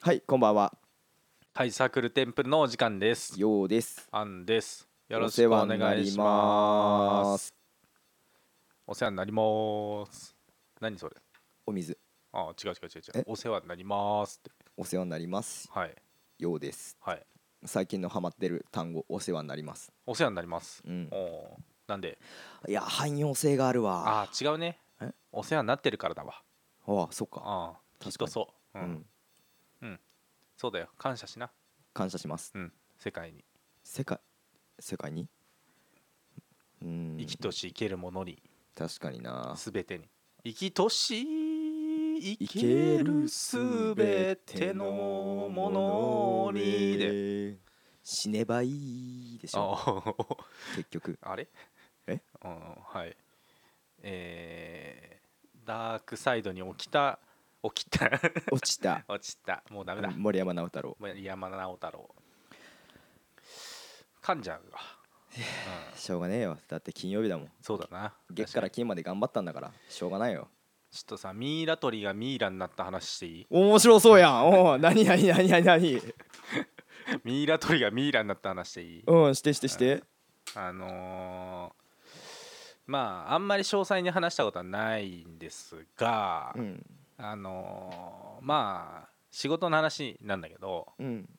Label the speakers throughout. Speaker 1: はいこんばんは
Speaker 2: はいサークルテンプルのお時間です
Speaker 1: ようです
Speaker 2: アンですよろしくお願いしますお世話になります何それ
Speaker 1: お水
Speaker 2: あ違う違う違う違
Speaker 1: え
Speaker 2: うお世話になりますって
Speaker 1: お世話になります
Speaker 2: はい
Speaker 1: ようです
Speaker 2: はい
Speaker 1: 最近のハマってる単語お世話になります
Speaker 2: お世話になります、
Speaker 1: うん
Speaker 2: おーなんで
Speaker 1: いや汎用性があるわ
Speaker 2: ああー違うね
Speaker 1: え
Speaker 2: お世話になってるからだわ
Speaker 1: あそっか
Speaker 2: ああきっ
Speaker 1: 確かに
Speaker 2: とそう
Speaker 1: う
Speaker 2: うん、
Speaker 1: ん
Speaker 2: そうだよ感謝しな
Speaker 1: 感謝します
Speaker 2: うん世界に
Speaker 1: 世界世界にうん
Speaker 2: 生きとし生けるものに
Speaker 1: 確かにな
Speaker 2: すべてに生きとし生
Speaker 1: 生
Speaker 2: けるすべてのものにで
Speaker 1: 死ねばいいでしょ
Speaker 2: あ
Speaker 1: 結局
Speaker 2: ああれ
Speaker 1: え
Speaker 2: うんはいえー、ダークサイドに起きた起きた
Speaker 1: 落ちた
Speaker 2: 落ちたもうダメだも
Speaker 1: 森山直太朗
Speaker 2: う山田直太郎噛んじゃうわ、うん、
Speaker 1: しょうがねえよだって金曜日だもん
Speaker 2: そうだな
Speaker 1: 月から
Speaker 2: 確に
Speaker 1: 金まで頑張ったんだからしょうがないよ
Speaker 2: ちょっとさミイラ取りがミイラになった話していい
Speaker 1: 面白そうやんおう何何何何何
Speaker 2: ミイラ取りがミイラになった話していい
Speaker 1: うんしてしてして
Speaker 2: あのーまああんまり詳細に話したことはないんですが、
Speaker 1: うん
Speaker 2: あのーまあ仕事の話なんだけど
Speaker 1: うん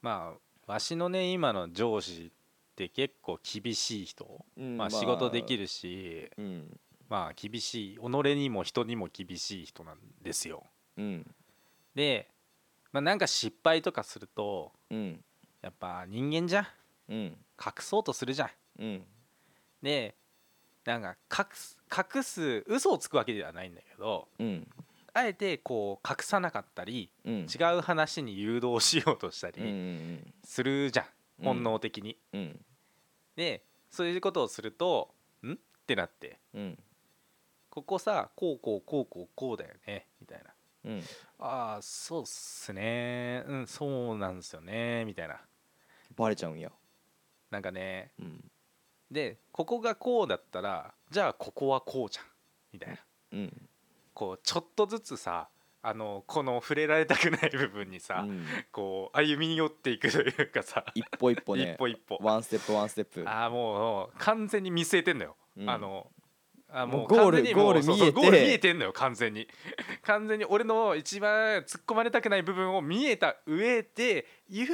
Speaker 2: まあわしのね今の上司って結構厳しい人、
Speaker 1: うん
Speaker 2: まあ、仕事できるし、
Speaker 1: うん
Speaker 2: まあ、厳しい己にも人にも厳しい人なんですよ。
Speaker 1: うん
Speaker 2: で、まあ、なんか失敗とかすると
Speaker 1: うん
Speaker 2: やっぱ人間じゃん
Speaker 1: うん
Speaker 2: 隠そうとするじゃん。
Speaker 1: うん
Speaker 2: でなんか隠す隠す嘘をつくわけではないんだけど
Speaker 1: うん
Speaker 2: あえてこう隠さなかったり
Speaker 1: うん
Speaker 2: 違う話に誘導しようとした
Speaker 1: うんう
Speaker 2: り
Speaker 1: ん
Speaker 2: するじゃん、
Speaker 1: うん
Speaker 2: 本能的に。
Speaker 1: うん
Speaker 2: でそういうことをすると「ん?」ってなって
Speaker 1: うん
Speaker 2: 「ここさこうこうこうこうこうだよね」みたいな
Speaker 1: うん
Speaker 2: 「ああそうっすねうんそうなんですよね」みたいな
Speaker 1: バレちゃうんや
Speaker 2: なんかね
Speaker 1: うん
Speaker 2: でここがこうだったらじゃあここはこうじゃんみたいな
Speaker 1: うん
Speaker 2: こうちょっとずつさあのこの触れられたくない部分にさ、
Speaker 1: うん
Speaker 2: こう歩み寄っていくというかさ
Speaker 1: 一歩一歩ね
Speaker 2: 一歩一歩
Speaker 1: ワンステップワンステップ
Speaker 2: ああもう完全に見据えてんのよ、
Speaker 1: うん
Speaker 2: あのあ
Speaker 1: もうゴール
Speaker 2: 完全にもう
Speaker 1: ゴール
Speaker 2: そうそう
Speaker 1: 見えて
Speaker 2: ゴール見えてんのよ完全に 完全に俺の一番突っ込まれたくない部分を見えた上でゆっ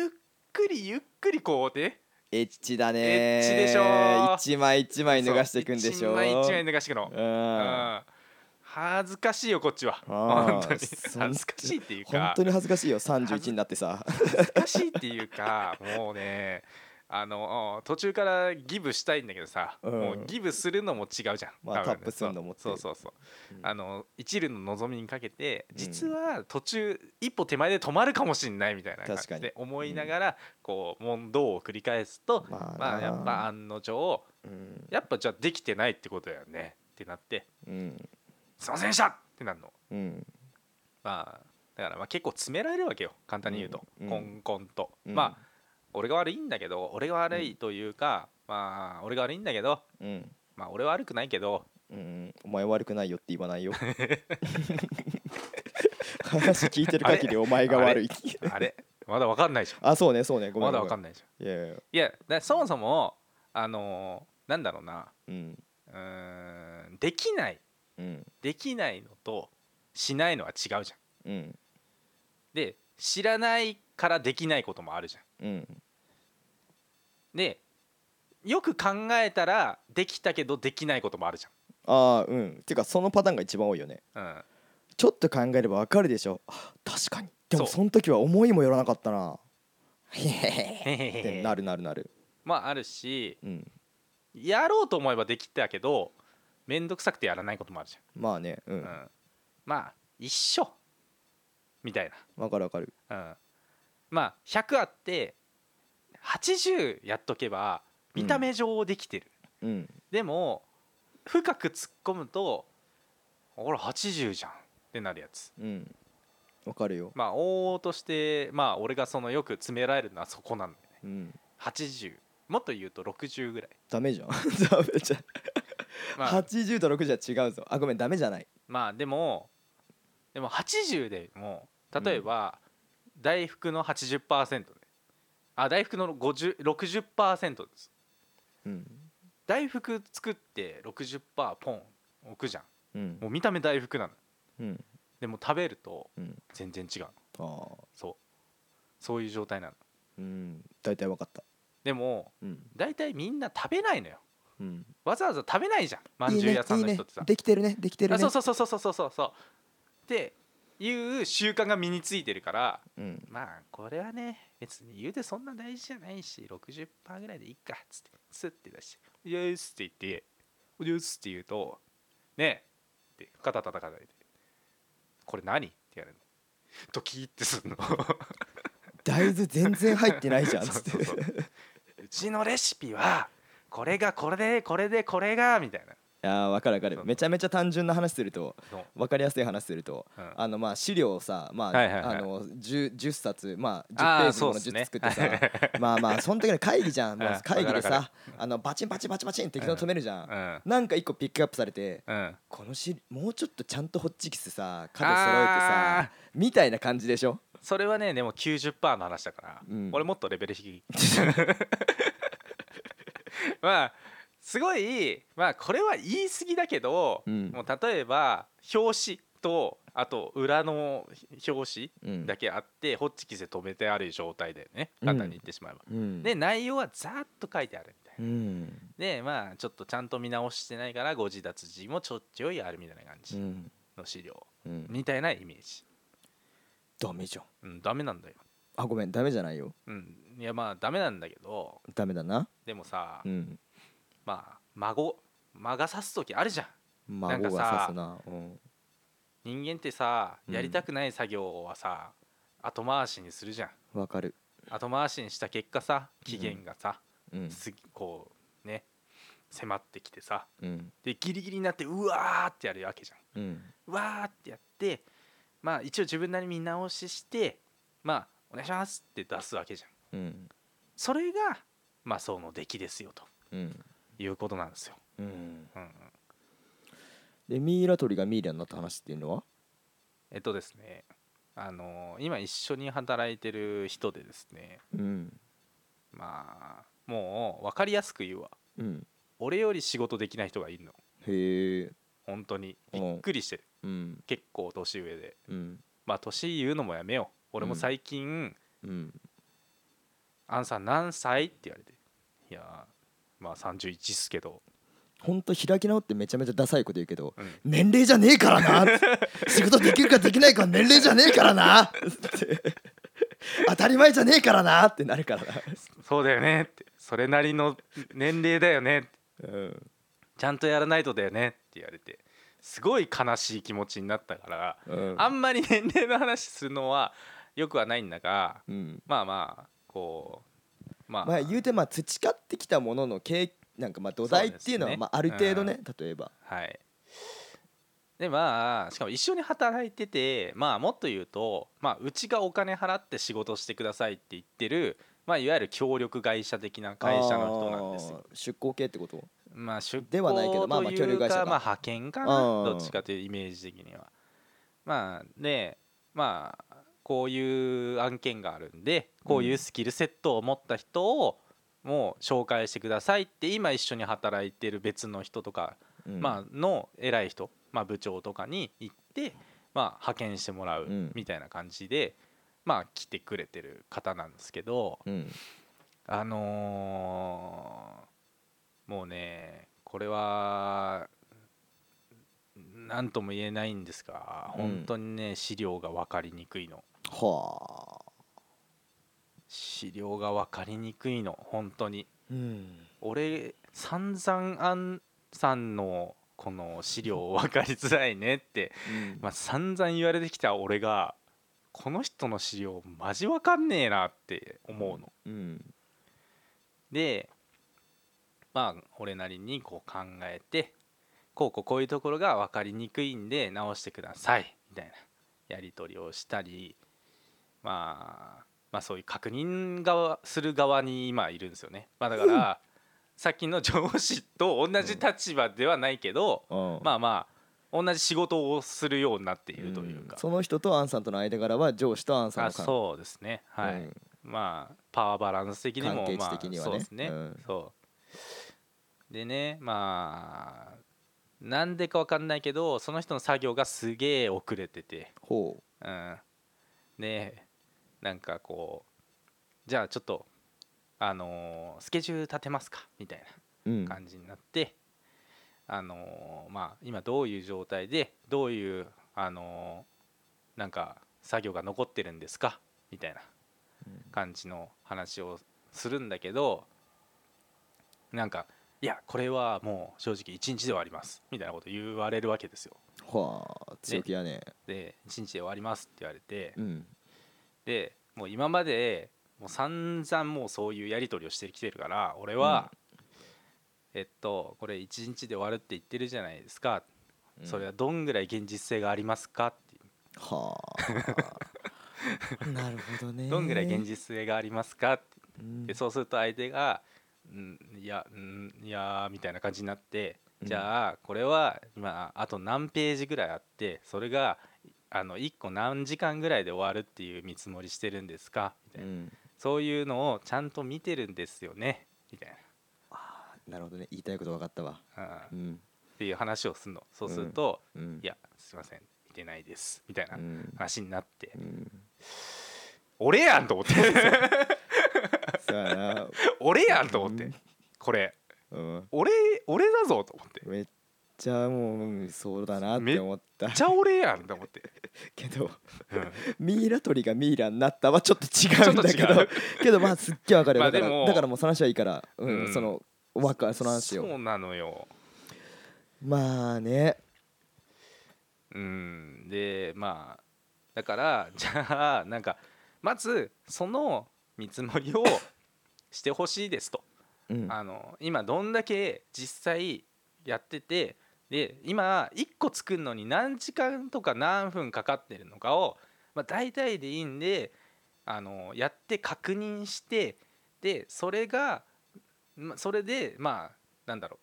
Speaker 2: くりゆっくりこうで
Speaker 1: エッチだねー
Speaker 2: エッチでしょー
Speaker 1: 一枚一枚脱がしていくんでしょ
Speaker 2: そう一枚一枚脱がしていくの、
Speaker 1: う
Speaker 2: うんん、恥ずかしいよこっちは
Speaker 1: あー
Speaker 2: 本当に
Speaker 1: そん
Speaker 2: 恥ずかしいっていう
Speaker 1: 本
Speaker 2: か
Speaker 1: 当に恥ずかしいよ31になってさ
Speaker 2: 恥ずかしいってい うかもうねあの途中からギブしたいんだけどさ、
Speaker 1: うん
Speaker 2: もうギブするのも違うじゃん、
Speaker 1: まあ
Speaker 2: 多分ね
Speaker 1: タップするのもって
Speaker 2: そうそうそうそう、
Speaker 1: うん
Speaker 2: あの一縷の望みにかけて
Speaker 1: ん
Speaker 2: 実は途中一歩手前で止まるかもしんないみたいな感
Speaker 1: 確かに
Speaker 2: じで思いながら、こう問答を繰り返すと、
Speaker 1: まあな
Speaker 2: まあやっぱ案の定
Speaker 1: うん
Speaker 2: やっぱじゃあできてないってことだよねってなって
Speaker 1: うん
Speaker 2: 「すいませんでした!」ってなるの
Speaker 1: うん
Speaker 2: まあだからまあ結構詰められるわけよ簡単に言うと、
Speaker 1: うん
Speaker 2: コンコンと、
Speaker 1: うん
Speaker 2: まあ俺が悪いんだけど俺が悪いというか、まあ俺が悪いんだけど
Speaker 1: うん
Speaker 2: まあ俺は悪くないけど
Speaker 1: うんお前悪くないよって言わないよ話聞いてる限りお前が悪い
Speaker 2: あれ まだわかんないじゃ
Speaker 1: あそうねそうね
Speaker 2: ん
Speaker 1: ごめん
Speaker 2: まだわかん
Speaker 1: な
Speaker 2: ないじゃん
Speaker 1: いいやいや
Speaker 2: いやだそもそもあのーなんだろうな
Speaker 1: うん
Speaker 2: うーんできない
Speaker 1: うん
Speaker 2: できないのとしないのは違うじゃ
Speaker 1: う
Speaker 2: ん
Speaker 1: ん
Speaker 2: で知らないからできないこともあるじゃん
Speaker 1: うん
Speaker 2: でよく考えたらできたけどできないこともあるじ
Speaker 1: ああうんていうかそのパターンが一番多いよね
Speaker 2: ゃん、うん、
Speaker 1: ちょっと考えればわかるでしょあ確かにでも
Speaker 2: そう
Speaker 1: その時は思いもよらなかったなへへへ
Speaker 2: へへ
Speaker 1: へっ
Speaker 2: へ
Speaker 1: て
Speaker 2: へ
Speaker 1: なるなるなる
Speaker 2: まああるし
Speaker 1: うん
Speaker 2: やろうと思えばできたけど面倒くさくてやらないこともあるじ
Speaker 1: まあねう
Speaker 2: ゃん、
Speaker 1: ん
Speaker 2: う
Speaker 1: わ、
Speaker 2: んまあ一緒みたい
Speaker 1: かるわかる
Speaker 2: な、うん、まあ100あって80やっとけば見た目上できてる、
Speaker 1: うん
Speaker 2: でも深く突っ込むと「ほら80じゃん」ってなるやつ
Speaker 1: うんわかるよ
Speaker 2: まあ往々としてまあ俺がそのよく詰められるのはそこなんだよね
Speaker 1: うん
Speaker 2: 80もっと言うと60ぐらい、
Speaker 1: ダメじゃんダメじゃん
Speaker 2: まあ、
Speaker 1: 80と60は違うぞあごめんダメじゃない
Speaker 2: まあでもでも80でも例えば、大福の80%ねあ大福の50 60%です
Speaker 1: うん
Speaker 2: 大福作って60%ポン置くじゃん
Speaker 1: うん
Speaker 2: もう見た目大福なの
Speaker 1: うん
Speaker 2: でも食べると
Speaker 1: うん
Speaker 2: 全然違うの
Speaker 1: ああ
Speaker 2: そうそういう状態なの
Speaker 1: うん大体わかった
Speaker 2: でも
Speaker 1: うん
Speaker 2: 大体みんな食べないのよ
Speaker 1: うん
Speaker 2: わざわざ食べないじゃんまんじゅう屋さんの人ってさ
Speaker 1: いいねいいねできてるねできてるね
Speaker 2: あそうそうそうそうそうそうそうっていう習慣が身についてるから
Speaker 1: うん
Speaker 2: まあこれはね別に言うてそんな大事じゃないし60%ぐらいでいいかっつってスッて出して「イエース」って言って「おりゅーす」って言うと「ねえ」って肩叩かないで「これ何?」って言われるのドキーってす んの
Speaker 1: 大豆全然入って ないじゃんっ
Speaker 2: そ
Speaker 1: つ
Speaker 2: う
Speaker 1: って
Speaker 2: そうそううちのレシピはこれがこれでこれでこれがみたいな
Speaker 1: ああ分かる分か
Speaker 2: そ
Speaker 1: る
Speaker 2: う
Speaker 1: めちゃめちゃ単純な話すると
Speaker 2: の、
Speaker 1: 分かりやすい話すると、
Speaker 2: うん
Speaker 1: あのまあ資料をさ、まあ
Speaker 2: はいはいはい
Speaker 1: あの 10, 10冊、まあ、10
Speaker 2: あー
Speaker 1: ページのもの
Speaker 2: そうっす
Speaker 1: 10
Speaker 2: ね
Speaker 1: 作ってさ、 まあまあその時の会議じゃん、ま
Speaker 2: うん
Speaker 1: あ、会議で
Speaker 2: わかるわ
Speaker 1: さあのバチンバチンバチンバチン適当に止めるじゃん、
Speaker 2: うん
Speaker 1: なんか一個ピックアップされて
Speaker 2: うん、
Speaker 1: このしもうちょっとちゃんとホッチキスさ角揃えてさみたいな感じでしょ
Speaker 2: それはねでも90%の話だから、
Speaker 1: うん
Speaker 2: 俺もっとレベル低い まあすごいまあこれは言い過ぎだけど、
Speaker 1: うん
Speaker 2: もう例えば表紙とあと裏の表
Speaker 1: う
Speaker 2: 紙
Speaker 1: ん
Speaker 2: だけあって、ホッチキスで止めてある状態だよね
Speaker 1: うん
Speaker 2: 簡単に言ってしまえば、
Speaker 1: うん
Speaker 2: で内容はざーっと書いてあるみたいな
Speaker 1: うん
Speaker 2: でまあちょっとちゃんと見直してないから誤字脱字もちょっちょいあるみたいな感
Speaker 1: う
Speaker 2: じ
Speaker 1: ん
Speaker 2: の資料、
Speaker 1: うん
Speaker 2: みたいなイメージ、
Speaker 1: ダメじゃん
Speaker 2: うん、ダメなんだよ
Speaker 1: あごめんダメじゃないよ
Speaker 2: うん、いやまあダメなんだけど
Speaker 1: ダメだな
Speaker 2: でもさ、
Speaker 1: うん
Speaker 2: まあ孫間が差す時あるじゃんなん
Speaker 1: 孫
Speaker 2: か
Speaker 1: が
Speaker 2: さ
Speaker 1: さすなうん
Speaker 2: 人間ってさ
Speaker 1: うん
Speaker 2: やりたくない作業はさ、後回しにするじゃん
Speaker 1: わかる
Speaker 2: 後回しにした結果さ期限がさ、
Speaker 1: うん
Speaker 2: すこうね迫ってきてさ
Speaker 1: うん
Speaker 2: でギリギリになってうわーってやるわけじゃ
Speaker 1: う
Speaker 2: ん
Speaker 1: ん
Speaker 2: うわーってやってまあ一応自分なりに見直ししてまあお願いしますって出すわけじゃん
Speaker 1: うん
Speaker 2: それがまあその出来ですよと
Speaker 1: うん
Speaker 2: いうことなんですよ、
Speaker 1: うん
Speaker 2: うんうん、
Speaker 1: でミイラ取りがミイラになった話っていうのは
Speaker 2: えっとですねあの今一緒に働いてる人でですね
Speaker 1: うん
Speaker 2: まあもう分かりやすく言うわ
Speaker 1: うん
Speaker 2: 俺より仕事できない人がいるの
Speaker 1: へえ
Speaker 2: 本当に
Speaker 1: う
Speaker 2: び
Speaker 1: ん
Speaker 2: っくりしてる
Speaker 1: うん
Speaker 2: 結構年上で
Speaker 1: うん
Speaker 2: まあ年言うのもやめよう俺も最近、
Speaker 1: うん
Speaker 2: アンさん何歳?」って言われて「いやーまあ31っすけど、
Speaker 1: ほんと開き直ってめちゃめちゃダサいこと言うけど
Speaker 2: うん
Speaker 1: 年齢じゃねえから な仕事できるかできないかは年齢じゃねえからな って当たり前じゃねえからなってなるからな
Speaker 2: そうだよね」って「それなりの年齢だよね」って
Speaker 1: うん
Speaker 2: 「ちゃんとやらないとだよね」って言われてすごい悲しい気持ちになったから
Speaker 1: うん
Speaker 2: あんまり年齢の話するのはよくはないんだが
Speaker 1: うん
Speaker 2: まあまあこうまあ、
Speaker 1: まあ言うてまあ培ってきたものの経なんかまあ土台っていうの
Speaker 2: そ
Speaker 1: は
Speaker 2: うですね
Speaker 1: まあある程度ね例えば
Speaker 2: はいでまあしかも一緒に働いててまあもっと言うと、まあ、うちがお金払って仕事してくださいって言ってる、まあ、いわゆる協力会社的な会社の人なんですよ。
Speaker 1: あー出向系ってこと
Speaker 2: まあ出
Speaker 1: ではないけどまあまあ
Speaker 2: 向と
Speaker 1: 協
Speaker 2: いう
Speaker 1: 力会社
Speaker 2: か
Speaker 1: か
Speaker 2: まあ派遣かな
Speaker 1: あー
Speaker 2: どっちかというイメージ的には。まあでまあこういう案件があるんでこういうスキルセットを持った人をもう紹介してくださいって今一緒に働いてる別の人とかまあの偉い人、まあ、部長とかに行って、まあ、派遣してもらう
Speaker 1: うん
Speaker 2: みたいな感じで、まあ、来てくれてる方なんですけど、
Speaker 1: あうん
Speaker 2: あのーもうねこれは何とも言えないんですが
Speaker 1: うん
Speaker 2: 本当にね資料が分かりにくいの
Speaker 1: はあ
Speaker 2: 資料が分かりにくいの本当に
Speaker 1: うん
Speaker 2: 俺散々アンさんのこの資料分かりづらいねってまあ、散々言われてきた俺がこの人の資料マジわかんねえなって思うの。
Speaker 1: うん
Speaker 2: でまあ俺なりにこう考えてこうこうこういうところが分かりにくいんで直してくださいみたいなやり取りをしたり、まあ、まあそういう確認側する側に今いるんですよね。まあ、だからさっきの上司と同じ立場ではないけど、
Speaker 1: うん
Speaker 2: まあまあ同じ仕事をするようになっているというか、
Speaker 1: その人とアンさんとの間柄は上司とアンさん
Speaker 2: あ
Speaker 1: の関
Speaker 2: そうですねはい、
Speaker 1: うん
Speaker 2: まあパワーバランス的に
Speaker 1: 関
Speaker 2: も
Speaker 1: 係値
Speaker 2: まあ
Speaker 1: 的にはね
Speaker 2: そうですね、
Speaker 1: うん
Speaker 2: そうでねまあなんでかわかんないけどその人の作業がすげえ遅れてて
Speaker 1: ほう
Speaker 2: うんねなんかこうじゃあちょっとあのースケジュール立てますかみたい
Speaker 1: うん
Speaker 2: な感じになって、あのーまあ今どういう状態でどういうあのーなんか作業が残ってるんですかみたいな感じの話をするんだけどなんかいやこれはもう正直1日ではありますみたいなこと言われるわけですよ。
Speaker 1: はあ強気やね
Speaker 2: で1日で終わりますって言われて
Speaker 1: うん
Speaker 2: でもう今までもう散々もうそういうやり取りをしてきてるから俺は、えっとこれ1日で終わるって言ってるじゃないですか、それはどんぐらい現実性がありますかっていう
Speaker 1: は あなるほどね
Speaker 2: どんぐらい現実性がありますかって
Speaker 1: うん
Speaker 2: でそうすると相手が「うんいやうんいやー」みたいな感じになって
Speaker 1: うん
Speaker 2: じゃあこれは今あと何ページぐらいあってそれがあの1個何時間ぐらいで終わるっていう見積もりしてるんですかみた
Speaker 1: う
Speaker 2: いなんそういうのをちゃんと見てるんですよねみたい
Speaker 1: あーなるほどね言いたいこと分かったわ
Speaker 2: な、う
Speaker 1: うん
Speaker 2: っ
Speaker 1: ん
Speaker 2: ていう話をするのそうすると
Speaker 1: うん
Speaker 2: 「いやすいません見てないです」みたいな
Speaker 1: うん
Speaker 2: 話になって
Speaker 1: うん
Speaker 2: 「俺やん!」と思って
Speaker 1: そうやな
Speaker 2: 「俺やん!」と思っ
Speaker 1: う
Speaker 2: て
Speaker 1: ん
Speaker 2: これ
Speaker 1: うん
Speaker 2: 俺俺だぞと思って。
Speaker 1: めっちゃもううんそうだなって思った
Speaker 2: じゃあ俺やんと思って、
Speaker 1: けど
Speaker 2: うん
Speaker 1: ミイラ取りがミイラになったはちょっと違うんだけ
Speaker 2: ちょっ
Speaker 1: ど
Speaker 2: と
Speaker 1: けどまあすっげえわかる
Speaker 2: まあ
Speaker 1: だから
Speaker 2: でも
Speaker 1: だからもうその話はいいからう
Speaker 2: うん
Speaker 1: んそのわか その話
Speaker 2: そう
Speaker 1: を
Speaker 2: なのよ
Speaker 1: まあね
Speaker 2: うんでまあだからじゃあなんかまずその見積もりをしてほしいですと、
Speaker 1: うん
Speaker 2: あの今どんだけ実際やっててで今1個作るのに何時間とか何分かかってるのかを、まあ、大体でいいんであのやって確認してでそれがまそれでまあなんだろ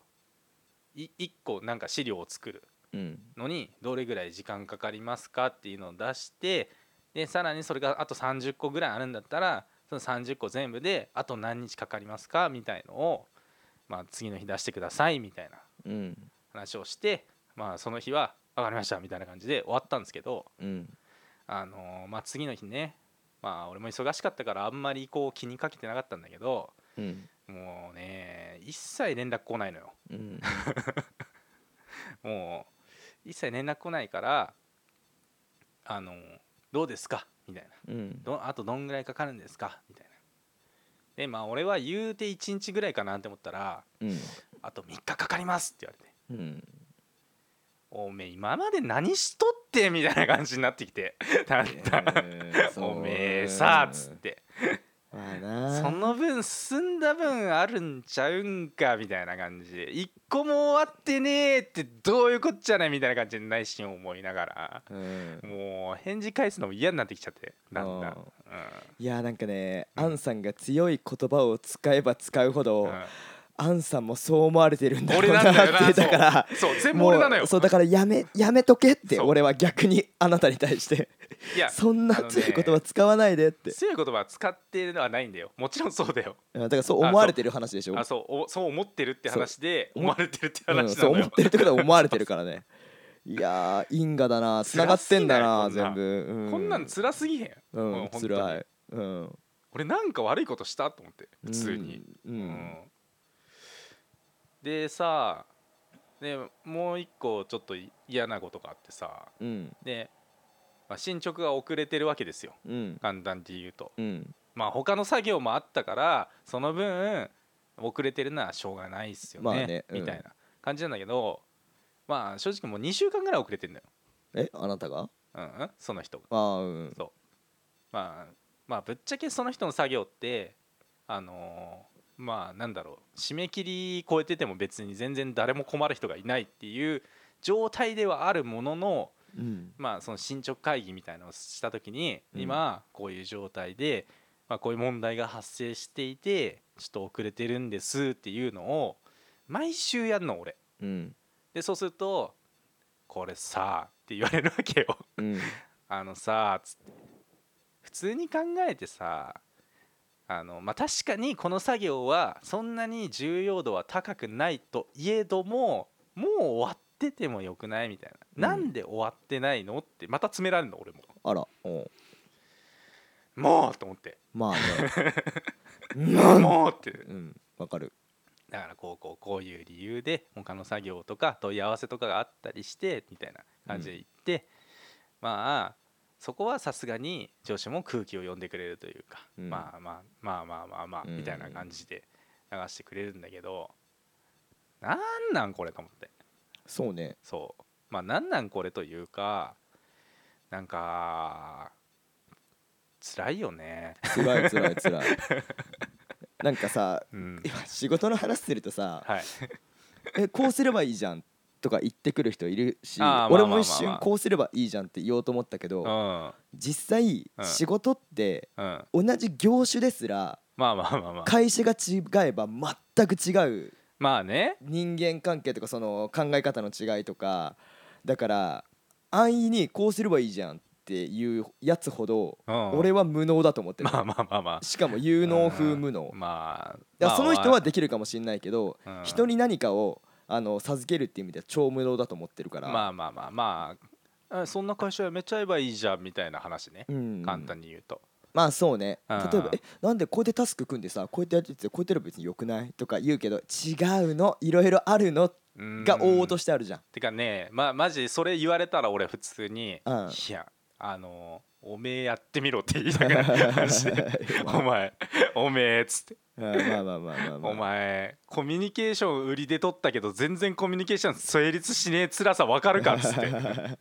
Speaker 2: う1個なんか資料を作る
Speaker 1: うん
Speaker 2: のにどれぐらい時間かかりますかっていうのを出してでさらにそれがあと30個ぐらいあるんだったらその30個全部であと何日かかりますかみたいのを、まあ、次の日出してくださいみたいな
Speaker 1: うん
Speaker 2: 話をして、まあ、その日は「分かりました」みたいな感じで終わったんですけど、
Speaker 1: うん
Speaker 2: あのーまあ、次の日ね、まあ、俺も忙しかったからあんまりこう気にかけてなかったんだけど
Speaker 1: うん
Speaker 2: もうね一切連絡来ないのよ。
Speaker 1: うん
Speaker 2: もう一切連絡来ないから「あのどうですか?」みたいな
Speaker 1: うん
Speaker 2: ど「あとどんぐらいかかるんですか?」みたいな。でまあ俺は言うて1日ぐらいかなって思ったら
Speaker 1: うん
Speaker 2: 「あと3日かかります」って言われて
Speaker 1: うん
Speaker 2: 「おめえ今まで何しとって?」みたいな感じになってきて「だんだんおめえさ」っつって
Speaker 1: まあ
Speaker 2: 「
Speaker 1: な
Speaker 2: その分進んだ分あるんちゃうんか」みたいな感じで「一個も終わってねえ」ってどういうこっちゃないみたいな感じで内心思いながら。
Speaker 1: うん
Speaker 2: もう返事返すのも嫌になってきちゃってだんだん、
Speaker 1: いやなんかねアンさんが強い言葉を使えば使うほ
Speaker 2: うん
Speaker 1: ど
Speaker 2: うん
Speaker 1: アンさんもそう思われてるんだろ
Speaker 2: 俺
Speaker 1: う
Speaker 2: な
Speaker 1: なん
Speaker 2: だよ
Speaker 1: っ
Speaker 2: な
Speaker 1: てだから
Speaker 2: そうそう全部
Speaker 1: も
Speaker 2: 俺なのよ
Speaker 1: うそうだからやめやめとけって
Speaker 2: そう
Speaker 1: 俺は逆にあなたに対して
Speaker 2: いや
Speaker 1: そんな
Speaker 2: あのね
Speaker 1: 強い言葉使わないでって
Speaker 2: 強い言葉は使ってはないんだよもちろんそうだよ
Speaker 1: うんだからそう思われてる話でしょ
Speaker 2: あそうおそう思ってるって話で
Speaker 1: そう
Speaker 2: 思われてるって
Speaker 1: うん
Speaker 2: 話な
Speaker 1: そう
Speaker 2: の
Speaker 1: 思っ
Speaker 2: よ、
Speaker 1: てるってことは思われてるからねいやー因果だなつながってんだな
Speaker 2: 辛すぎな
Speaker 1: 全
Speaker 2: い
Speaker 1: 部う
Speaker 2: こんなん辛すぎへん、
Speaker 1: う
Speaker 2: も
Speaker 1: ん
Speaker 2: 本当に
Speaker 1: 辛いうん
Speaker 2: 俺なんか悪いことしたと思って普通に、
Speaker 1: うんう
Speaker 2: うん
Speaker 1: ん
Speaker 2: でさでもう一個ちょっと嫌なことがあってさ
Speaker 1: うん
Speaker 2: で、まあ、進捗が遅れてるわけですよ
Speaker 1: うん
Speaker 2: 簡単に言うと
Speaker 1: うん
Speaker 2: まあ他の作業もあったからその分遅れてるのはしょうがないっすよね,、
Speaker 1: まあねうん
Speaker 2: みたいな感じなんだけどまあ正直もう2週間ぐらい遅れてるのよ、
Speaker 1: えあなたが
Speaker 2: うんうん、その人が
Speaker 1: あーうん
Speaker 2: そうまあまあぶっちゃけその人の作業ってあのーまあなんだろう締め切り超えてても別に全然誰も困る人がいないっていう状態ではあるものの
Speaker 1: うん
Speaker 2: まあ、その進捗会議みたいなのをした時に
Speaker 1: うん
Speaker 2: 今こういう状態で、まあ、こういう問題が発生していてちょっと遅れてるんですっていうのを毎週やるの俺
Speaker 1: うん
Speaker 2: でそうすると「ここれさ」って言われるわけよ。
Speaker 1: うん
Speaker 2: あのさつって普通に考えてさあのまあ確かにこの作業はそんなに重要度は高くないといえどももう終わっててもよくないみたいな、
Speaker 1: うん
Speaker 2: なんで終わってないのってまた詰められるの俺も
Speaker 3: あら
Speaker 1: おう
Speaker 2: もうと思って
Speaker 3: まあね
Speaker 2: もうって
Speaker 1: うんわかる
Speaker 2: だからこうこうこういう理由で他の作業とか問い合わせとかがあったりしてみたいな感じで言って、まあそこはさすがに上司も空気を読んでくれるというか、
Speaker 1: うん
Speaker 2: まあまあまあまあまあまあ
Speaker 1: うん
Speaker 2: みたいな感じで流してくれるんだけど、なんなんこれと思って
Speaker 1: そうね
Speaker 2: そうまあなんなんこれというかなんか辛いよね。
Speaker 1: 辛い辛い辛いなんかさ
Speaker 2: うん
Speaker 1: 今仕事の話するとさ
Speaker 2: はい、
Speaker 1: えこうすればいいじゃんとか言ってくる人いるし
Speaker 2: あーまあまあまあ
Speaker 1: 俺も一瞬こうすればいいじゃんって言おうと思ったけ
Speaker 2: うん、う
Speaker 1: ど
Speaker 2: ん、
Speaker 1: 実際
Speaker 2: うん
Speaker 1: 仕事って
Speaker 2: ま
Speaker 1: 同じ業種ですら
Speaker 2: あまあまあまあ
Speaker 1: 会社が違えば全く違う
Speaker 2: まあね
Speaker 1: 人間関係とかその考え方の違いとかだから安易にこうすればいいじゃんっていうやつほど
Speaker 2: うん
Speaker 1: 俺は無能だと思ってる
Speaker 2: まあまあまあまあ
Speaker 1: しかも有能風無能
Speaker 2: まあ
Speaker 1: だからその人は
Speaker 2: で
Speaker 1: できるかもしれないけど
Speaker 2: うん
Speaker 1: 人に何かをあの授けるっていう意味では超無能だと思ってるから
Speaker 2: まあまあまあまああそんな会社辞めちゃえばいいじゃんみたいな話ね、
Speaker 1: うん
Speaker 2: 簡単に言うと
Speaker 1: まあそうね
Speaker 2: うん
Speaker 1: 例えば「えなんでこうやってタスク組んでさこうやってやっててこうやってやれば別によくない?」とか言うけど違うのいろいろあるのが
Speaker 2: が
Speaker 1: 往々と
Speaker 2: し
Speaker 1: し
Speaker 2: て
Speaker 1: てあるじゃん
Speaker 2: てかねまあマジそれ言われたら俺普通に、
Speaker 1: うん
Speaker 2: いやあのおめえやってみろって言いながらマジでお前おめえっつって、
Speaker 1: うんまあまあまあまあまあ
Speaker 2: お前コミュニケーション売りで取ったけど全然コミュニケーション成立しねえ辛さわかるかっつって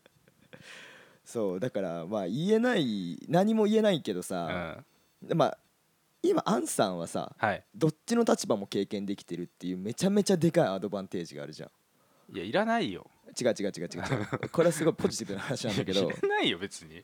Speaker 1: そうだからまあ言えない何も言えないけど
Speaker 2: う
Speaker 1: さ、
Speaker 2: ん
Speaker 1: まあ今アンさんはさ
Speaker 2: はい
Speaker 1: どっちの立場も経験できてるっていうめちゃめちゃでかいアドバンテージがあるじゃん
Speaker 2: いやいらないよ
Speaker 1: 違う違う違う違う 違うこれはすごいポジティブな話なんだけど
Speaker 2: いらないよ別 に違う違う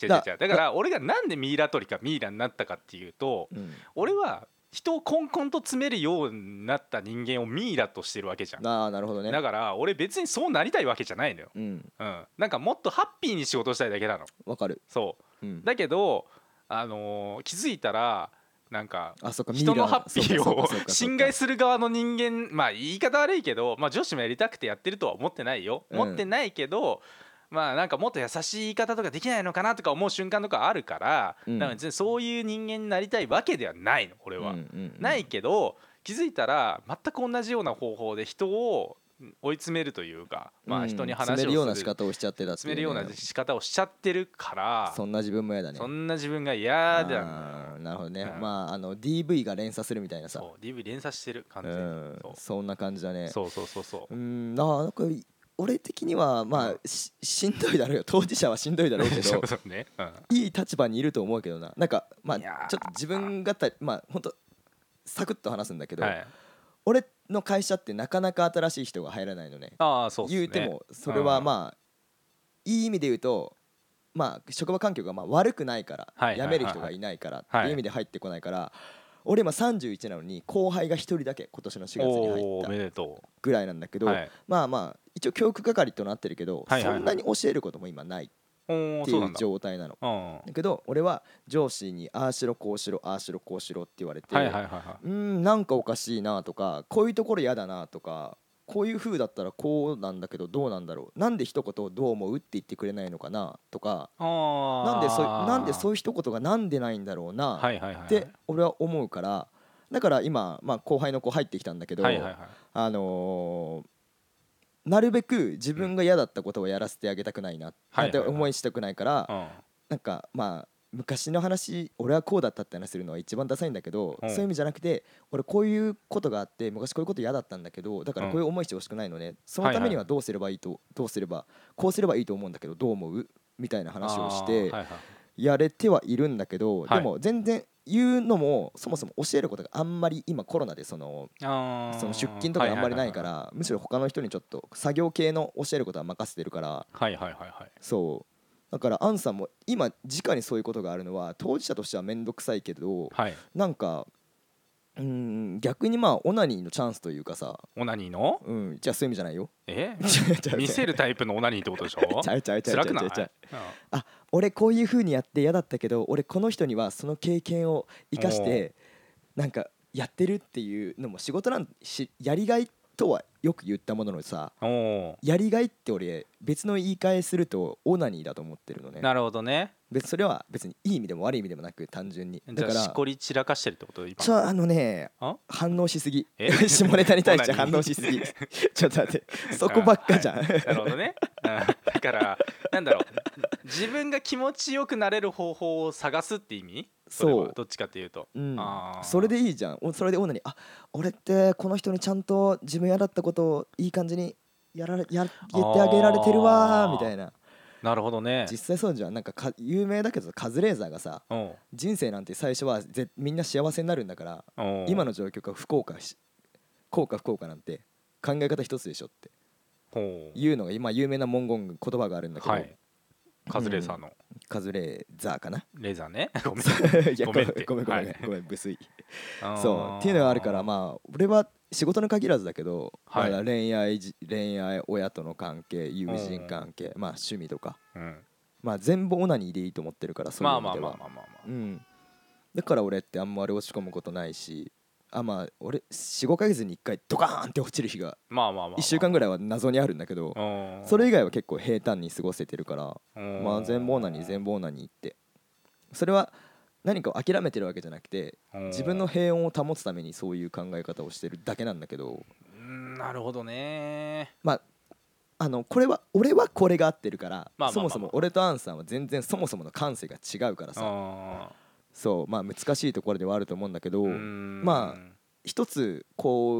Speaker 2: 違う
Speaker 1: だ
Speaker 2: だから俺がなんでミイラ取りかミイラになったかっていうと
Speaker 1: うん
Speaker 2: 俺は人をコンコンと詰めるようになった人間をミイラとしてるわけじゃん
Speaker 1: ああなるほどね
Speaker 2: だから俺別にそうなりたいわけじゃないのよ、
Speaker 1: うん
Speaker 2: うん、なんかもっとハッピーに仕事したいだけなの
Speaker 1: わかる、、
Speaker 2: そううんだけどあのー気づいたらなんか
Speaker 1: あそっかミイラ
Speaker 2: 人のハッピー
Speaker 1: そうかそうか
Speaker 2: を
Speaker 1: そうか
Speaker 2: 侵害する側の人間まあ言い方悪いけど、まあ、女子もやりたくてやってるとは思ってないよ
Speaker 1: うん
Speaker 2: 思ってないけど、まあなんかもっと優しい言い方とかできないのかなとか思う瞬間とかあるから、
Speaker 1: うん
Speaker 2: だから別にそういう人間になりたいわけではないの俺は。
Speaker 1: うんうんうん
Speaker 2: ないけど気づいたら全く同じような方法で人を追い詰めるというか、まあ、人に話をす
Speaker 1: 詰
Speaker 2: る
Speaker 1: めるような仕方をしちゃってたって
Speaker 2: 詰
Speaker 1: いね
Speaker 2: めるような仕方をしちゃってるから。
Speaker 1: そんな自分も嫌だね
Speaker 2: そんな自分が嫌だ
Speaker 1: あーなるほどね、
Speaker 2: うん
Speaker 1: まああの DV が連鎖するみたいなさ
Speaker 2: そう DV 連鎖してる感
Speaker 1: う
Speaker 2: じ、
Speaker 1: ん
Speaker 2: そう
Speaker 1: そんな感じだね
Speaker 2: そうそうそうそう
Speaker 1: うーんなあなんかい俺的にはまあししんどいだろうよ当事者はしんどいだろうけ
Speaker 2: そ
Speaker 1: ど
Speaker 2: うそうね、うん、
Speaker 1: いい立場にいると思うけどななんかまあ
Speaker 2: い
Speaker 1: ちょ
Speaker 2: や
Speaker 1: っ
Speaker 2: ー
Speaker 1: と自分がたまあほんとサクッと話すんだけど、
Speaker 2: はい、
Speaker 1: 俺の会社ってなかなか新しい人が入らないのね
Speaker 2: ああそうっすね
Speaker 1: 言うてもそれは
Speaker 2: うん
Speaker 1: まあいい意味で言うとまあ職場環境がまあ悪くないか
Speaker 2: は
Speaker 1: ら
Speaker 2: い
Speaker 1: 辞める人がいないからっ
Speaker 2: はい
Speaker 1: ていう意味で入ってこないから俺今31なのに後輩が1人だけ今年の4月に
Speaker 2: おーお
Speaker 1: 入
Speaker 2: め
Speaker 1: った
Speaker 2: でと
Speaker 1: ぐらいなんだけ
Speaker 2: う
Speaker 1: ど
Speaker 2: はい
Speaker 1: まあまあ一応教育係となってるけど
Speaker 2: はいはいは
Speaker 1: そ
Speaker 2: い
Speaker 1: んなに教えることも今ない
Speaker 2: お
Speaker 1: っ
Speaker 2: ー
Speaker 1: て
Speaker 2: そ
Speaker 1: いう
Speaker 2: なん
Speaker 1: う
Speaker 2: だ
Speaker 1: 状態なの
Speaker 2: うんは
Speaker 1: だけど俺は上司にああしろこうしろああしろこうしろって言われて
Speaker 2: いはいはいは
Speaker 1: うーんなんかおかしいなとかこういうところ嫌だなとかこういう風だったらこうなんだけどどうなんだろうなんで一言どう思うって言ってくれないのかなとか
Speaker 2: いああ
Speaker 1: なんでそうなんでそういう
Speaker 2: う
Speaker 1: 一言がなんでないんだろうな
Speaker 2: はいはいはい
Speaker 1: って俺は思うからだから今、まあ、後輩の子入ってきたんだけど、
Speaker 2: はいはいはい
Speaker 1: あのーなるべく自分が嫌だったことをやらせてあげたくないななんて
Speaker 2: はいはいはい
Speaker 1: 思いしたくないから
Speaker 2: うんは
Speaker 1: なんかまあ昔の話俺はこうだったって話するのは一番ダサいんだけど、
Speaker 2: うん
Speaker 1: そういう意味じゃなくて俺こういうことがあって昔こういうこと嫌だったんだけどだから
Speaker 2: うん
Speaker 1: こういう思いしてほしくないのね、そのためにはどうすればいいと、どうすればこうすればいいと思うんだけどどう思うみたいな話をし
Speaker 2: あー
Speaker 1: て
Speaker 2: はいはい
Speaker 1: やれてはいるんだけど、
Speaker 2: はい
Speaker 1: でも全然言うのもそもそも教えることがあんまり今コロナでその
Speaker 2: あー
Speaker 1: その出勤とかあんまりないから、むしろ他の人にちょっと作業系の教えることは任せてるから。
Speaker 2: はいはいはいはい
Speaker 1: そうだからアンさんも今直にそういうことがあるのは当事者としては面倒くさいけど
Speaker 2: はい
Speaker 1: なんかうん逆にまあオナニーのチャンスというかさ、
Speaker 2: オナニーの
Speaker 1: うん、じゃあそういう意味じゃないよ。
Speaker 2: え
Speaker 1: 違う違う
Speaker 2: 見せるタイプのオナニーってことでしょ
Speaker 1: ちゃうちゃうちゃう
Speaker 2: 辛
Speaker 1: ちゃ
Speaker 2: く
Speaker 1: う
Speaker 2: ない
Speaker 1: ちゃう
Speaker 2: うん
Speaker 1: あ俺こういう風にやって嫌だったけど俺この人にはその経験を生かしてなんかやってるっていうのも仕事なんしやりがいとはよく言ったもののさ
Speaker 2: お
Speaker 1: やりがいって俺別の言い換えするとオナニーだと思ってるのね
Speaker 2: おなるほどね
Speaker 1: 別それは別にいい意味でも悪い意味でもなく単純に
Speaker 2: じ
Speaker 1: だ
Speaker 2: ゃ
Speaker 1: か
Speaker 2: あし
Speaker 1: ら
Speaker 2: こり散らかしてるってこと今
Speaker 1: ちょあのね
Speaker 2: あ
Speaker 1: 反応しすぎ
Speaker 2: え
Speaker 1: 下ネタに対して
Speaker 2: オナニー
Speaker 1: 反応しすぎちょっと待ってそこばっかじゃん、
Speaker 2: なるほどね、うんだからなんだろう自分が気持ちよくなれる方法を探すって意味れは
Speaker 1: そう
Speaker 2: どっちかっていうと
Speaker 1: うん
Speaker 2: あ、ー
Speaker 1: それでいいじゃんおそれで女にあ俺ってこの人にちゃんと自分やだったことをいい感じにやられや言ってあげられてるわ
Speaker 2: あー
Speaker 1: ーみたいな
Speaker 2: なるほどね
Speaker 1: 実際そうじゃんなんかか有名だけどカズレーザーがさ
Speaker 2: おう
Speaker 1: 人生なんて最初はぜみんな幸せになるんだから
Speaker 2: おう
Speaker 1: 今の状況が不幸かし幸か不幸かなんて考え方一つでしょって
Speaker 2: ほう
Speaker 1: いうのが今有名な文言言葉があるんだけど、
Speaker 2: はいカズレーザーの
Speaker 1: カズレーザーか な
Speaker 2: レーザー ねごめ
Speaker 1: い
Speaker 2: ん
Speaker 1: や
Speaker 2: ごめんって
Speaker 1: ごめんごめんごめん
Speaker 2: はい
Speaker 1: ごめん無粋
Speaker 2: あー
Speaker 1: そうっていうのがあるからまあ俺は仕事に限らずだけど、
Speaker 2: はい
Speaker 1: まあ恋愛じ恋愛親との関係友人関係、まあ趣味とか、
Speaker 2: うん
Speaker 1: まあ、全部オナニーでいいと思ってるからそうい
Speaker 2: ま
Speaker 1: う意味で
Speaker 2: あまあまあ
Speaker 1: は
Speaker 2: まあまあま
Speaker 1: うんだから俺ってあんまり落ち込むことないしあまあ俺45ヶ月に1回ドカーンって落ちる日が
Speaker 2: あまあまあまあ
Speaker 1: 1週間ぐらいは謎にあるんだけどそれ以外は結構平坦に過ごせてるからまあ全部オナニー全部オナニーってそれは何かを諦めてるわけじゃなくて
Speaker 2: 部
Speaker 1: 自分の平穏を保つためにそういう考え方をしてるだけなんだけど
Speaker 2: なるほどね
Speaker 1: まああのこれは俺はこれが合ってるから、
Speaker 2: まあまあまあ
Speaker 1: そもそも俺とアンさんは全然そもそもの感性が違うからさ、
Speaker 2: あ
Speaker 1: そうまあ難しいところではあると思うんだけど、
Speaker 2: ーうん
Speaker 1: ま一つ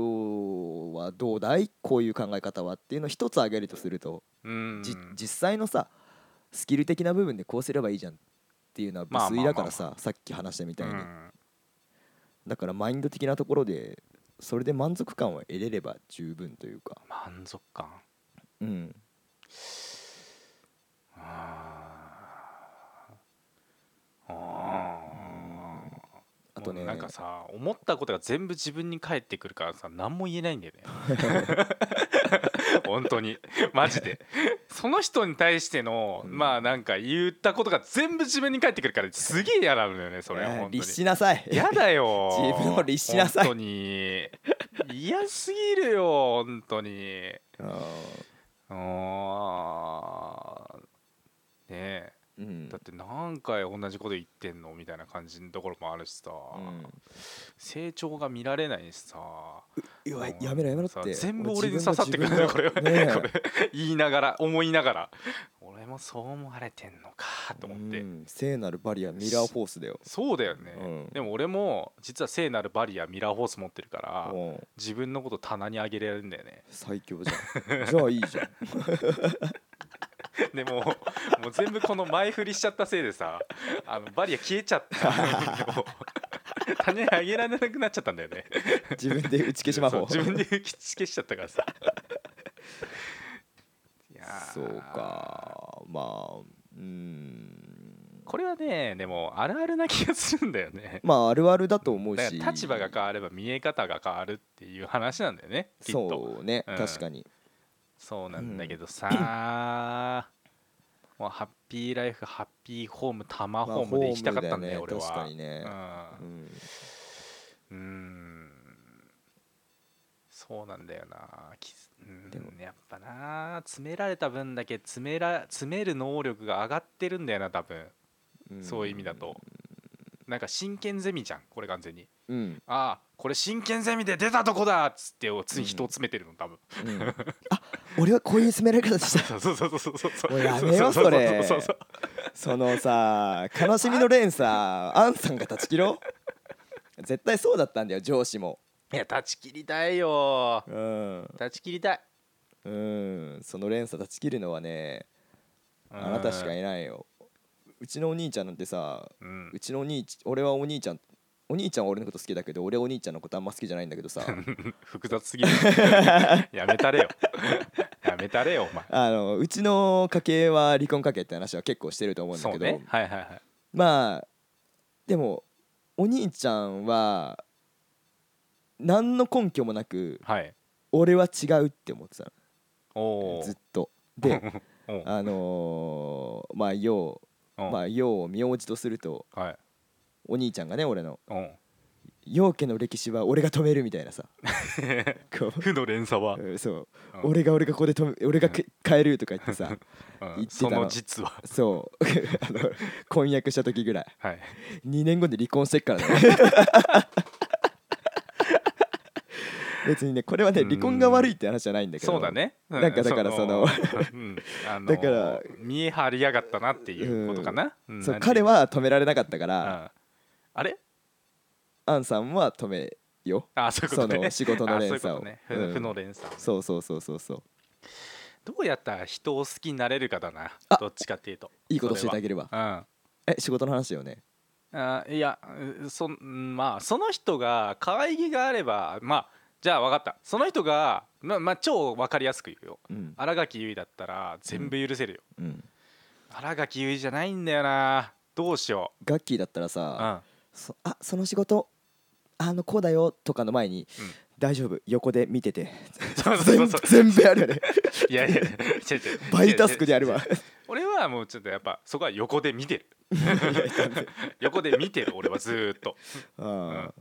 Speaker 1: こうはどうだいこういう考え方はっていうのを一つ挙げるとすると、
Speaker 2: うん
Speaker 1: じ実際のさスキル的な部分でこうすればいいじゃんっていうのは無粋だからさ、さっき話したみたいに、
Speaker 2: うん
Speaker 1: だからマインド的なところでそれで満足感を得れれば十分というか、
Speaker 2: 満足感
Speaker 1: うん、あ
Speaker 2: あ
Speaker 1: とね
Speaker 2: なんかさ思ったことが全部自分に返ってくるからさ何も言えないん だよね本当にマジでその人に対しての、
Speaker 1: うん
Speaker 2: まあなんか言ったことが全部自分に返ってくるからすげえ嫌なのよねそれは
Speaker 1: えー
Speaker 2: 本当に
Speaker 1: 律しなさい
Speaker 2: やだよ
Speaker 1: 自分を律しなさい
Speaker 2: 本当に嫌すぎるよ本当にあーねえ
Speaker 1: うん
Speaker 2: だって何回同じこと言ってんのみたいな感じのところもあるしさ、
Speaker 1: うん
Speaker 2: 成長が見られないしさ
Speaker 1: うわ
Speaker 2: うん
Speaker 1: やめろやめろ
Speaker 2: さ
Speaker 1: って
Speaker 2: 全部俺に刺さってくるんだよこれ,、
Speaker 1: 自分が自分が
Speaker 2: こ
Speaker 1: ね
Speaker 2: れ言いながら思いながら俺もそう思われてんのかと思って、
Speaker 1: うん聖なるバリアミラーフォースだよ
Speaker 2: そうだよね、
Speaker 1: うん
Speaker 2: でも俺も実は聖なるバリアミラーホース持ってるから
Speaker 1: うん
Speaker 2: 自分のこと棚にあげられるんだよね
Speaker 1: 最強じゃんじゃあいいじゃん
Speaker 2: でももう全部この前振りしちゃったせいでさあのバリア消えちゃった もう棚にあげられなくなっちゃったんだよね
Speaker 1: 自分で打ち消し魔
Speaker 2: そう
Speaker 1: 法
Speaker 2: 自分で打ち消しちゃっ たからさいやー
Speaker 1: そうかまあうん
Speaker 2: これはねでもあるあるな気がするんだよね
Speaker 1: まああるあるだと思う
Speaker 2: だ
Speaker 1: し
Speaker 2: から立場が変われば見え方が変わるっていう話なんだよねきっとそう
Speaker 1: そうね
Speaker 2: うん
Speaker 1: 確かに
Speaker 2: なんだけどさ、もうハッピーライフハッピーホームタマ
Speaker 1: まあ
Speaker 2: ホームで行きたかったんだよ,、
Speaker 1: ホームだよね確
Speaker 2: 俺は
Speaker 1: かにねうん
Speaker 2: うん、うんそうなんだよなきうん
Speaker 1: でも
Speaker 2: やっぱな詰められた分だけ詰めら詰める能力が上がってるんだよな多分
Speaker 1: ん
Speaker 2: そういう意味だとなんか真剣ゼミじゃんこれ完全に
Speaker 1: うんうん
Speaker 2: ああこれ真剣ゼミで出たとこだっつってをつい人を詰めてるの 多分、
Speaker 1: あ俺はこういう詰められ方 した
Speaker 2: そうそうそうそうそうそう
Speaker 1: もうやめよそれ
Speaker 2: そうそうそう
Speaker 1: そのさ悲しみの連 さアンさんが断ち切ろう絶対そうだったんだよ上司も
Speaker 2: いや断ち切りたいよ
Speaker 1: うん
Speaker 2: 断ち切りたい
Speaker 1: うんその連鎖断ち切るのはねあなたしか
Speaker 2: い
Speaker 1: いないようちのお兄ちゃんなんてさ
Speaker 2: うん
Speaker 1: うちのお兄ち俺はお兄ちゃんお兄ちゃんは俺のこと好きだけど俺はお兄ちゃんのことあんま好きじゃないんだけど さ
Speaker 2: 複雑すぎる やめたれよ やめたれよお前
Speaker 1: あのうちの家系は離婚家系って話は結構してると思うんだ
Speaker 2: そう
Speaker 1: けど、
Speaker 2: ねはいはいはい
Speaker 1: まあでもお兄ちゃんは何の根拠もなく
Speaker 2: はい
Speaker 1: 俺は違うって思ってたの
Speaker 2: おー
Speaker 1: ずっと。 で
Speaker 2: おー
Speaker 1: あのーまあよ
Speaker 2: お
Speaker 1: う
Speaker 2: ー
Speaker 1: まあよう名字とすると
Speaker 2: はい
Speaker 1: お兄ちゃんがね俺の
Speaker 2: おー
Speaker 1: 陽家の歴史は俺が止めるみたいなさこ
Speaker 2: 負の連鎖は
Speaker 1: う、うんそう
Speaker 2: うん
Speaker 1: 俺が俺がここで止め俺がけ変えるとか言ってさ
Speaker 2: うん
Speaker 1: 言ってた
Speaker 2: そ
Speaker 1: の
Speaker 2: の実は
Speaker 1: そう あの婚約した時ぐらい
Speaker 2: はい
Speaker 1: 2年後で離婚してっ からね別にねこれはね離婚が悪いって話じゃないんだけど
Speaker 2: そうだねう
Speaker 1: なんかだから
Speaker 2: うんあ の
Speaker 1: だから
Speaker 2: 見え張りやがったなっていうことかなうん
Speaker 1: そう
Speaker 2: なんてい
Speaker 1: 彼
Speaker 2: うの
Speaker 1: は止められなかったか
Speaker 2: う
Speaker 1: ら
Speaker 2: んあれ
Speaker 1: アンさんは止めよ
Speaker 2: あそういうこと
Speaker 1: そ
Speaker 2: ね
Speaker 1: の仕事の連鎖を
Speaker 2: あそういうことね
Speaker 1: うん
Speaker 2: 負の連鎖
Speaker 1: そうそうそうそうそう
Speaker 2: どうやったら人を好きになれるかだな
Speaker 1: あ
Speaker 2: どっちかっていうと
Speaker 1: いいことしてあげれば
Speaker 2: それは
Speaker 1: え仕事の話よね
Speaker 2: うんあいやうそんまあその人が可愛げがあればまあじゃあ分かったその人がまあまあ超分かりやすく言うよ
Speaker 1: うん
Speaker 2: 新垣結衣だったら全部許せるよ
Speaker 1: うん
Speaker 2: 新垣結衣じゃないんだよなどうしよ
Speaker 1: ガッキーだったら
Speaker 2: うう
Speaker 1: さ
Speaker 2: ん
Speaker 1: そあその仕事あのこうだよとかの前に
Speaker 2: うん
Speaker 1: 大丈夫横で見てて
Speaker 2: そうそうそう
Speaker 1: 全
Speaker 2: そう
Speaker 1: 全部やるよ ね
Speaker 2: いやいや違う違う
Speaker 1: 倍タスクでやる
Speaker 2: 違う
Speaker 1: わ
Speaker 2: 違う違う俺はもうちょっとやっぱそこは横で見て る横で見てる俺はずーっと
Speaker 1: あ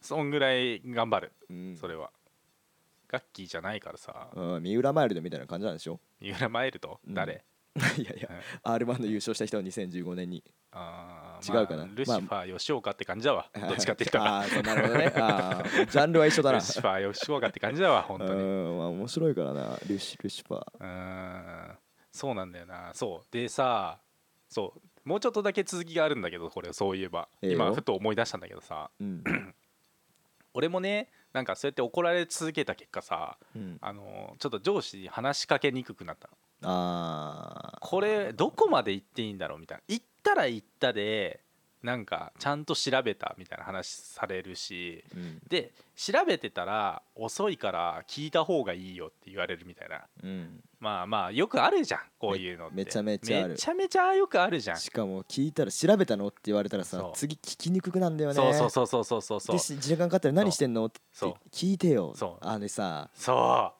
Speaker 2: そんぐらい頑張る
Speaker 1: ーうん
Speaker 2: それはガッキーじゃないからさ
Speaker 1: うん三浦マイルドみたいな感じなんでしょ
Speaker 2: 三浦マイルド
Speaker 1: うん
Speaker 2: 誰
Speaker 1: いやいや
Speaker 2: うん
Speaker 1: R−1 の優勝した人は2015年に
Speaker 2: あー
Speaker 1: 違うかな
Speaker 2: まあルシファー吉岡って感じだわどっちかって言ったら
Speaker 1: ああーそうなるほど ねあージャンルは一緒だな
Speaker 2: ルシファー吉岡って感じだわ本当
Speaker 1: う
Speaker 2: にうん
Speaker 1: まあ面白いからなルシルシファー
Speaker 2: ーんそうなんだよなそうでさそうもうちょっとだけ続きがあるんだけどこれそういえば
Speaker 1: ええよ
Speaker 2: 今ふと思い出したんだけどさ
Speaker 1: うん
Speaker 2: 俺もねなんかそうやって怒られ続けた結果さ
Speaker 1: うん
Speaker 2: あのちょっと上司に話しかけにくくなったの
Speaker 1: あ
Speaker 2: これどこまで行っていいんだろうみたいな行ったら行ったでなんかちゃんと調べたみたいな話されるし
Speaker 1: ーうん
Speaker 2: で調べてたら遅いから聞いた方がいいよって言われるみたいな
Speaker 1: うん
Speaker 2: まあまあよくあるじゃんこういうのって
Speaker 1: めめちゃめちゃある
Speaker 2: めちゃめちゃよくあるじゃん、
Speaker 1: しかも聞いたら調べたのって言われたら
Speaker 2: そ
Speaker 1: さ
Speaker 2: う
Speaker 1: 次聞きにくくなんだよね
Speaker 2: そうそうそうそうそうそうそう
Speaker 1: でし時間かかったら何してんのって
Speaker 2: そう
Speaker 1: 聞いてよ
Speaker 2: そう
Speaker 1: あのさ
Speaker 2: そ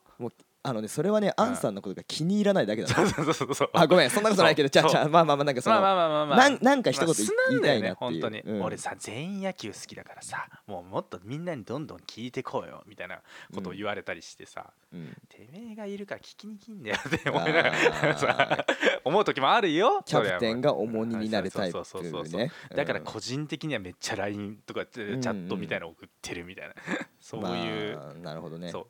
Speaker 1: あのねそれはねアンさんのことが気に入らないだけだ
Speaker 2: うそうそうそうそう
Speaker 1: あごめんそんなことないけどじ
Speaker 2: そう
Speaker 1: ゃあじゃあまあまあまあなんかそ
Speaker 2: まあ
Speaker 1: の
Speaker 2: まあまあまあまあ
Speaker 1: なんなんか一言
Speaker 2: まあ
Speaker 1: 言い
Speaker 2: 素なんだ
Speaker 1: 言い
Speaker 2: よね
Speaker 1: たいなっていう
Speaker 2: 本当に、
Speaker 1: うん
Speaker 2: 俺さ全員野球好きだからさもうもっとみんなにどんどん聞いてこうよみたいなことを言われたりしてさ、
Speaker 1: うん
Speaker 2: てめえがいるから聞きに来んだよって
Speaker 1: あ
Speaker 2: 思いながらさ
Speaker 1: ー
Speaker 2: 思う時もあるよ
Speaker 1: キャプテン
Speaker 2: が
Speaker 1: が重荷になるタイプ
Speaker 2: そうそうそうそう
Speaker 1: ね
Speaker 2: だから
Speaker 1: うん
Speaker 2: 個人的にはめっちゃ LINE とかチ
Speaker 1: んうん
Speaker 2: ャットみたいなの送ってるみたいな そういう、
Speaker 1: まあなるほどね
Speaker 2: そう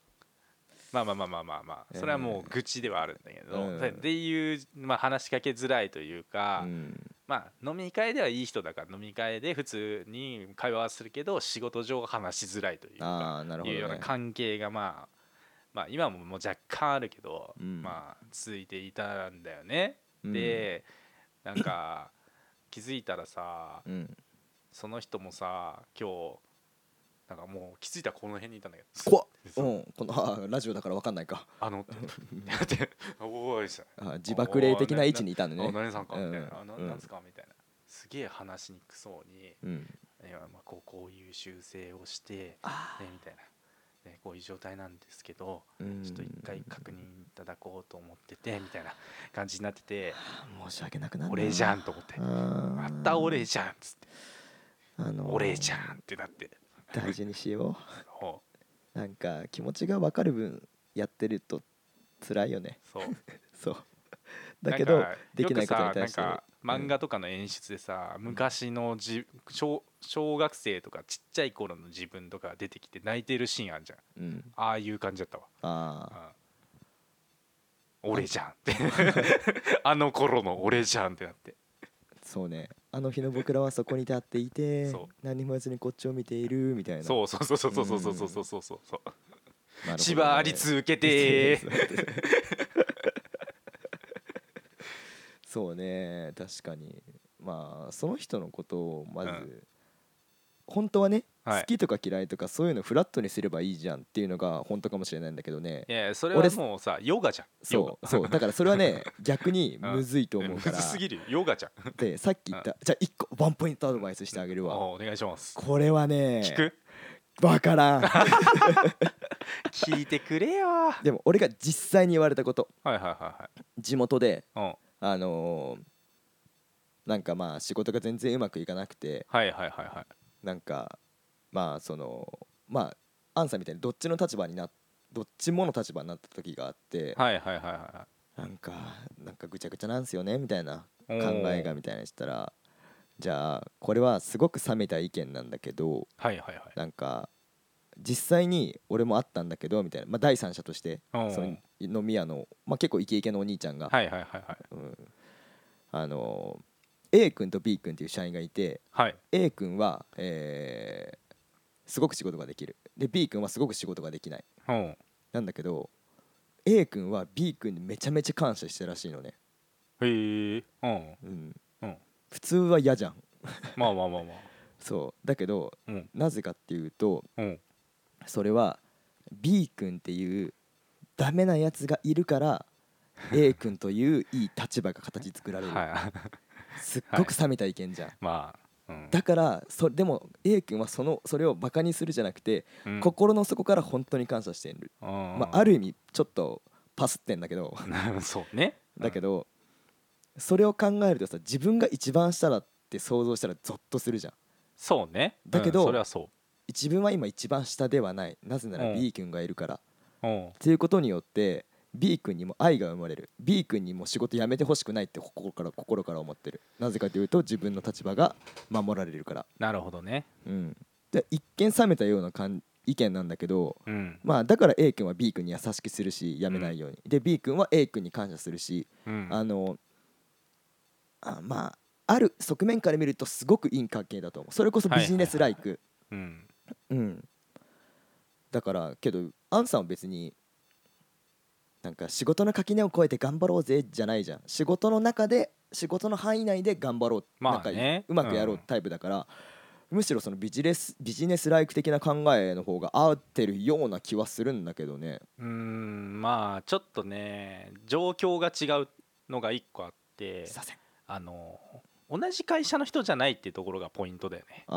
Speaker 2: まあまあまあまあまあまあそれはもう愚痴ではあるんだけど、
Speaker 1: うん
Speaker 2: っていう、まあ、話しかけづらいというか、
Speaker 1: うん
Speaker 2: まあ飲み会ではいい人だから飲み会で普通に会話はするけど仕事上話しづらいというか
Speaker 1: ああなるほ
Speaker 2: いうよ
Speaker 1: ど
Speaker 2: うな
Speaker 1: ね
Speaker 2: 関係がまあまあ今ももう若干あるけど、
Speaker 1: うん
Speaker 2: まあ続いていたんだよね。
Speaker 1: うん
Speaker 2: でなんか気づいたらさ
Speaker 1: うん
Speaker 2: その人もさ今日なんかもう気づいたらこの辺にいたんだけど
Speaker 1: 怖っう
Speaker 2: そうん
Speaker 1: このあーラジオだからわかんないか
Speaker 2: あの っておーいさ
Speaker 1: あー自爆霊的な位置にいたんで
Speaker 2: あ
Speaker 1: ね
Speaker 2: 何さんかみたいな、あ
Speaker 1: うん
Speaker 2: な
Speaker 1: うん
Speaker 2: なんすかみたいなすげえ話しにくそうに
Speaker 1: うん
Speaker 2: いやまあこうこういう修正をして、ね、
Speaker 1: あ
Speaker 2: みたいな、ね、こういう状態なんですけど
Speaker 1: ー
Speaker 2: ちょっと一回確認いただこうと思っててみたいな感じになってて
Speaker 1: うん申し訳なくなるな
Speaker 2: 俺じゃんと思って
Speaker 1: あ
Speaker 2: ま
Speaker 1: ー
Speaker 2: た俺じゃんっつって
Speaker 1: あのー
Speaker 2: 俺じゃんってなって
Speaker 1: 大事にしよ
Speaker 2: ほ
Speaker 1: う
Speaker 2: う
Speaker 1: なんか気持ちがわかる分やってると辛いよね
Speaker 2: そう
Speaker 1: そうだけど
Speaker 2: んか
Speaker 1: できないことに対して
Speaker 2: よくさなんか漫画とかの演出でさ、昔のじ小小学生とかちっちゃい頃の自分とか出てきて泣いてるシーンあるじゃん
Speaker 1: うん
Speaker 2: ああいう感じだったわ
Speaker 1: ああ
Speaker 2: うん俺じゃんって あの頃の俺じゃんってなって
Speaker 1: そうねあの日の僕らはそこに立っていて
Speaker 2: そう
Speaker 1: 何も言わずにこっちを見ているみたいな
Speaker 2: そうそうそうそうそうそうそうそうそうそうそ
Speaker 1: な
Speaker 2: う
Speaker 1: るほどね
Speaker 2: 縛り続けて
Speaker 1: そうね確かにまあその人のことをまず、
Speaker 2: うん
Speaker 1: 本当はね、
Speaker 2: はい
Speaker 1: 好きとか嫌いとかそういうのフラットにすればいいじゃんっていうのが本当かもしれないんだけどね
Speaker 2: いやいやそれはもうさヨガじゃん
Speaker 1: そ
Speaker 2: ヨ
Speaker 1: うそうだからそれは ね逆にむずいと
Speaker 2: ガ
Speaker 1: 思う
Speaker 2: む
Speaker 1: から
Speaker 2: ずすぎるよヨガじゃん
Speaker 1: でさっき言った、じゃあ1個ワンポイントアドバイスしてあげるわ、
Speaker 2: おお願いします
Speaker 1: これはね
Speaker 2: 聞く
Speaker 1: わから ん
Speaker 2: 聞いてくれよはい
Speaker 1: でも俺が実際に言われたこと
Speaker 2: はいは
Speaker 1: 地元で
Speaker 2: いはいうん
Speaker 1: あのーなんかまあ仕事が全然うまくいかなくて
Speaker 2: はいはいはいはい
Speaker 1: なんかまあそのまあアンさんみたいにどっちの立場になどっちもの立場になった時があって
Speaker 2: はいはいはいは
Speaker 1: なんかなんかぐちゃぐちゃなんすよねみたいない考
Speaker 2: はいおー
Speaker 1: えがみたいにしたらじゃあこれはすごく冷めた意見なんだけど
Speaker 2: はいはいはい
Speaker 1: なんか実際に俺もあったんだけどみたいな、まあ、第三者として
Speaker 2: おー
Speaker 1: その飲み屋の、まあ、結構イケイケのお兄ちゃんが、
Speaker 2: はいはいはいはい
Speaker 1: うんあの A 君と B 君っていう社員がいて
Speaker 2: はい
Speaker 1: A 君は、えーすごく仕事ができるで B 君はすごく仕事ができない
Speaker 2: うん
Speaker 1: なんだけど A 君は B 君にめちゃめちゃ感謝してるらしいのね、
Speaker 2: へえうん
Speaker 1: うん
Speaker 2: うん
Speaker 1: 普通は嫌じゃん
Speaker 2: まあまあまあまあ
Speaker 1: そうだけど
Speaker 2: うん
Speaker 1: なぜかっていうと
Speaker 2: うん
Speaker 1: それは B 君っていうダメなやつがいるから A 君といういい立場が形作られる、
Speaker 2: はい
Speaker 1: すっごく冷めた意見じゃん、
Speaker 2: まあうん
Speaker 1: だからそでも A 君はそのそれをバカにするじゃなくて、
Speaker 2: うん
Speaker 1: 心の底から本当に感謝している、ま
Speaker 2: ま
Speaker 1: あ、ある意味ちょっとパスってんだけど
Speaker 2: そうね
Speaker 1: だけ
Speaker 2: ど
Speaker 1: ど、それを考えるとさ自分が一番下だって想像したらゾッとするじゃん
Speaker 2: そうね
Speaker 1: だけど
Speaker 2: うんそれはそ
Speaker 1: 自分は今一番下ではないなぜな
Speaker 2: う
Speaker 1: ら
Speaker 2: ん
Speaker 1: B 君がいるから、
Speaker 2: ううん
Speaker 1: っていうことによって B 君にも愛が生まれる B 君にも仕事辞めてほしくないって心から心から思ってるなぜかというと自分の立場が守られるから、
Speaker 2: なるほどね
Speaker 1: うん、で一見冷めたような感意見なんだけど、
Speaker 2: うん
Speaker 1: まあ、だから A 君は B 君に優しくするし辞めないように、で B 君は A 君に感謝するし、
Speaker 2: うん
Speaker 1: あのあまあある側面から見るとすごくいい関係だと思うそれこそビジネスライク、
Speaker 2: うん
Speaker 1: うんだからけどアンさんは別になんか仕事の垣根を越えて頑張ろうぜじゃないじゃん仕事の中で仕事の範囲内で頑張ろう、
Speaker 2: まあ
Speaker 1: 仲いい
Speaker 2: ね
Speaker 1: うまくやろうタイプだから、むしろそのビジネスビジネスライク的な考えの方が合ってるような気はするんだけどね
Speaker 2: うーんまあちょっとね状況が違うのが一個あって
Speaker 1: させん
Speaker 2: あの同じ会社の人じゃないっていうところがポイントだよね
Speaker 1: あー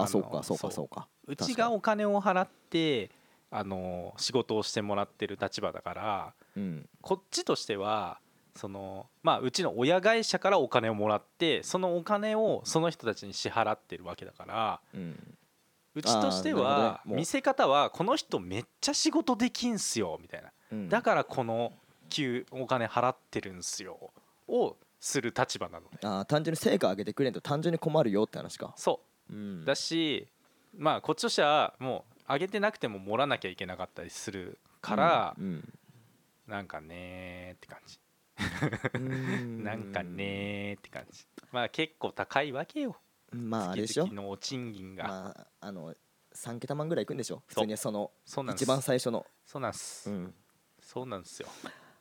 Speaker 1: あ
Speaker 2: の
Speaker 1: そうかそうか
Speaker 2: そう
Speaker 1: そうか
Speaker 2: うちがお金を払ってあの仕事をしてもらってる立場だから
Speaker 1: うん
Speaker 2: こっちとしてはそのまあうちの親会社からお金をもらってそのお金をその人たちに支払ってるわけだから
Speaker 1: うん
Speaker 2: うちとし
Speaker 1: あーな
Speaker 2: て
Speaker 1: るほ
Speaker 2: は
Speaker 1: どねもう
Speaker 2: 見せ方はこの人めっちゃ仕事できんすよみたいな
Speaker 1: うん
Speaker 2: だからこの給お金払ってるんすよをする立場なのね
Speaker 1: あー単純に成果上げてくれんと単純に困るよって話か、、
Speaker 2: そううんだしまあこっちとしてはもう上げてなくても盛らなきゃいけなかったりするから
Speaker 1: うんうん
Speaker 2: なんかねーって感じな
Speaker 1: なん
Speaker 2: かねーって感じまあ結構高いわけよ
Speaker 1: まああれで
Speaker 2: 月
Speaker 1: しょ
Speaker 2: 々のお賃金が
Speaker 1: まああの3桁万ぐらいいくんでしょ普
Speaker 2: そう
Speaker 1: 通にその
Speaker 2: そうなんす
Speaker 1: 一番最初の、
Speaker 2: そうなんすそうなんすよ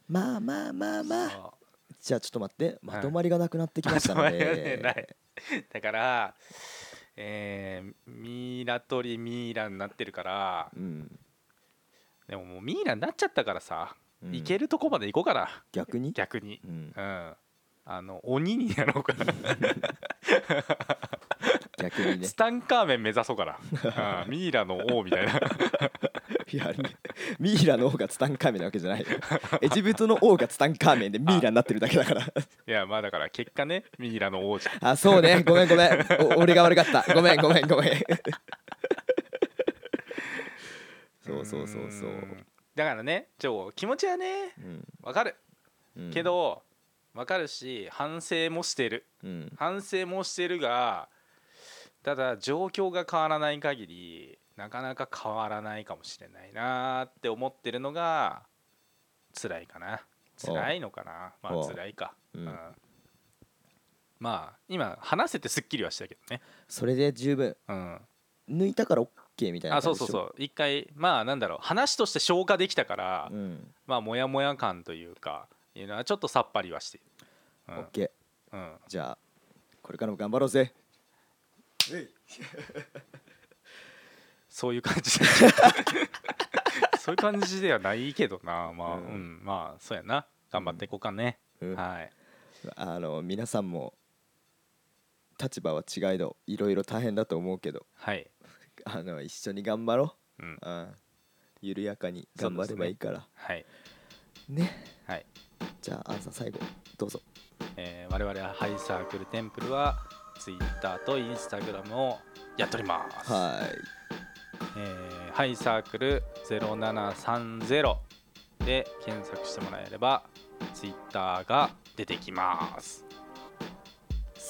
Speaker 1: まあまあまあまあ
Speaker 2: そう
Speaker 1: じゃあちょっと待ってまとまりがなくなってきましたの
Speaker 2: まとまりがね
Speaker 1: で、
Speaker 2: ない だからえーミイラ取りミイラになってるから
Speaker 1: うん
Speaker 2: でももうミイラになっちゃったからさ
Speaker 1: うん
Speaker 2: いけるとこまで行こうかな
Speaker 1: 逆に
Speaker 2: 逆に
Speaker 1: うん
Speaker 2: うんあの鬼になろうかな
Speaker 1: 逆にね
Speaker 2: スタンカーメン目指そうかな、うんミイラの王みたいな
Speaker 1: いやミイラの王がツタンカーメンなわけじゃ ないよエジプトの王がツタンカーメンでミイラになってるだけだ から
Speaker 2: いやまあだから結果ねミイラの王じゃん
Speaker 1: あそうねごめんごめんお俺が悪かったごめんごめんご めんそうそうそうそう
Speaker 2: うんだからねちょ気持ちはね
Speaker 1: うん
Speaker 2: わかる
Speaker 1: うん
Speaker 2: けどわかるし反省もしてる
Speaker 1: うん
Speaker 2: 反省もしてるがただ状況が変わらない限りなかなか変わらないかもしれないなーって思ってるのが辛いかな辛いのかなま
Speaker 1: お
Speaker 2: あ
Speaker 1: う
Speaker 2: 辛いか、
Speaker 1: うん
Speaker 2: まあ今話せてすっきりはしたけどね
Speaker 1: それで十分
Speaker 2: うん
Speaker 1: 抜いたから OK みたいな
Speaker 2: あ
Speaker 1: 感
Speaker 2: そう
Speaker 1: じで
Speaker 2: そ
Speaker 1: し
Speaker 2: う
Speaker 1: ょ
Speaker 2: そう一回まあなんだろう話として消化できたから、
Speaker 1: うん
Speaker 2: まあモヤモヤ感というかいうのはちょっとさっぱりはしている、
Speaker 1: OK
Speaker 2: うんうん、
Speaker 1: じゃあこれからも頑張ろうぜ
Speaker 2: そういう感 じそういう感じではないけどなまあ、う
Speaker 1: うん
Speaker 2: んまあそうやな頑張っていこうかね、
Speaker 1: うん
Speaker 2: はい
Speaker 1: あの皆さんも立場は違いどいろいろ大変だと思うけど
Speaker 2: はい
Speaker 1: あの一緒に頑張ろ
Speaker 2: うん
Speaker 1: う、うん、緩やかに頑張ればいいから
Speaker 2: はい
Speaker 1: ね
Speaker 2: はい
Speaker 1: じゃあアンさん最後どうぞ
Speaker 2: えー我々ハイサークルテンプルは Twitter と Instagram をやっております、
Speaker 1: は
Speaker 2: えーハイサークル0730で検索してもらえれば Twitter が出てきます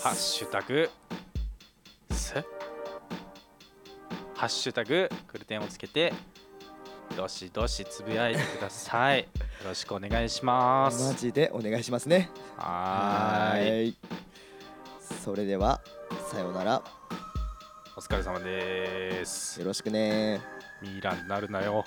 Speaker 2: ハッシュタグすハッシュタグクルテンをつけてどしどしつぶやいてくださ いよろしくお願いしま
Speaker 1: マ
Speaker 2: す
Speaker 1: ジでお願いしますね
Speaker 2: はー
Speaker 1: ー
Speaker 2: い
Speaker 1: いそれではさようなら
Speaker 2: お疲れ様です
Speaker 1: よろしくね
Speaker 2: ミイラになるなよ